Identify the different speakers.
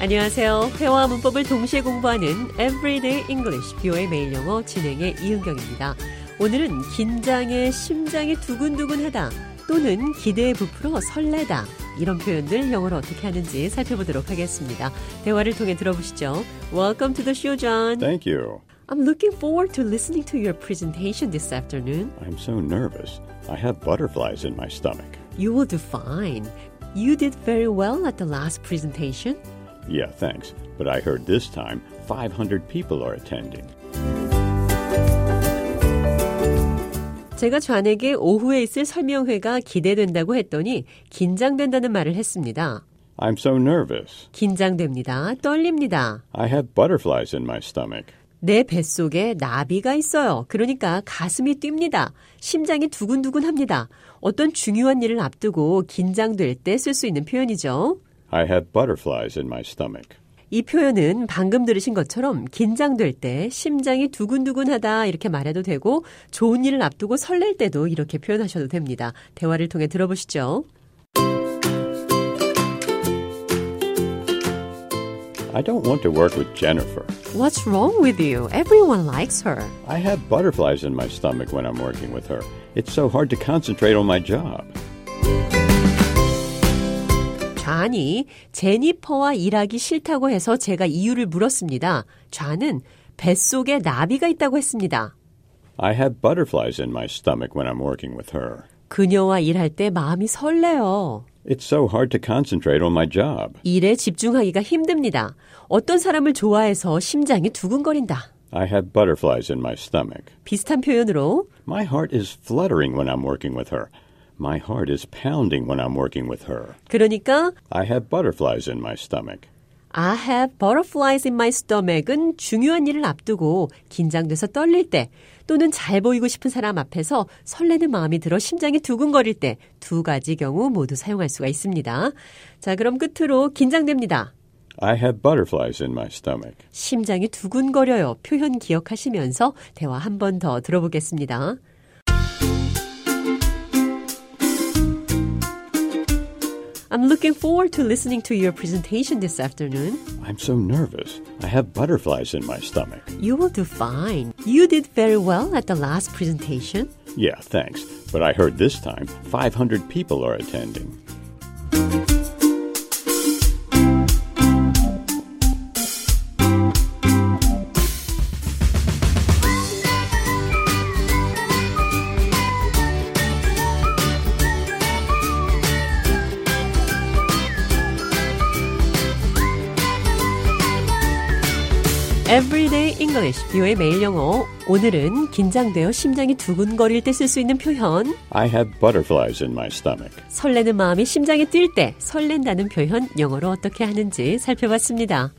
Speaker 1: 안녕하세요. 회화 문법을 동시에 공부하는 Everyday English, 뷰의 매일 영어 진행의 이은경입니다. 오늘은 긴장에 심장이 두근두근하다 또는 기대에 부풀어 설레다 이런 표현들 영어로 어떻게 하는지 살펴보도록 하겠습니다. 대화를 통해 들어보시죠. Welcome to the show, John.
Speaker 2: Thank you.
Speaker 1: I'm looking forward to listening to your presentation this afternoon.
Speaker 2: I'm so nervous. I have butterflies in my stomach.
Speaker 1: You will do fine. You did very well at the last presentation.
Speaker 2: Yeah, thanks. But I heard this time 500 people are attending.
Speaker 1: 제가 좌에게 오후에 있을 설명회가 기대된다고 했더니 긴장된다는 말을 했습니다.
Speaker 2: I'm so nervous.
Speaker 1: 긴장됩니다. 떨립니다.
Speaker 2: I have butterflies in my stomach.
Speaker 1: 내 뱃속에 나비가 있어요. 그러니까 가슴이 뜁니다. 심장이 두근두근합니다. 어떤 중요한 일을 앞두고 긴장될 때 쓸 수 있는 표현이죠.
Speaker 2: I have butterflies in my stomach.
Speaker 1: 이 표현은 방금 들으신 것처럼 긴장될 때 심장이 두근두근하다 이렇게 말해도 되고 좋은 일을 앞두고 설렐 때도 이렇게 표현하셔도 됩니다. 대화를 통해 들어보시죠.
Speaker 2: I don't want to work with Jennifer.
Speaker 1: What's wrong with you? Everyone likes her.
Speaker 2: I have butterflies in my stomach when I'm working with her. It's so hard to concentrate on my job.
Speaker 1: 좌니 제니퍼와 일하기 싫다고 해서 제가 이유를 물었습니다. 좌는 뱃속에 나비가 있다고 했습니다.
Speaker 2: I have butterflies in my stomach when I'm working with her.
Speaker 1: 그녀와 일할 때 마음이 설레요.
Speaker 2: It's so hard to concentrate on my job.
Speaker 1: 일에 집중하기가 힘듭니다. 어떤 사람을 좋아해서 심장이 두근거린다.
Speaker 2: I have butterflies in my stomach.
Speaker 1: 비슷한 표현으로
Speaker 2: My heart is fluttering when I'm working with her. My heart is pounding when I'm working with her.
Speaker 1: 그러니까
Speaker 2: I have butterflies in my stomach.
Speaker 1: I have butterflies in my stomach은 중요한 일을 앞두고 긴장돼서 떨릴 때 또는 잘 보이고 싶은 사람 앞에서 설레는 마음이 들어 심장이 두근거릴 때 두 가지 경우 모두 사용할 수가 있습니다. 자, 그럼 끝으로 긴장됩니다.
Speaker 2: I have butterflies in my stomach.
Speaker 1: 심장이 두근거려요. 표현 기억하시면서 대화 한 번 더 들어보겠습니다. I'm looking forward to listening to your presentation this afternoon.
Speaker 2: I'm so nervous. I have butterflies in my stomach.
Speaker 1: You will do fine. You did very well at the last presentation.
Speaker 2: Yeah, thanks. But I heard this time 500 people are attending.
Speaker 1: Everyday English, 뷰의 매일 영어. 오늘은 긴장되어 심장이 두근거릴 때 쓸 수 있는 표현,
Speaker 2: I have butterflies in my stomach.
Speaker 1: 설레는 마음이 심장이 뛸 때 설렌다는 표현 영어로 어떻게 하는지 살펴봤습니다.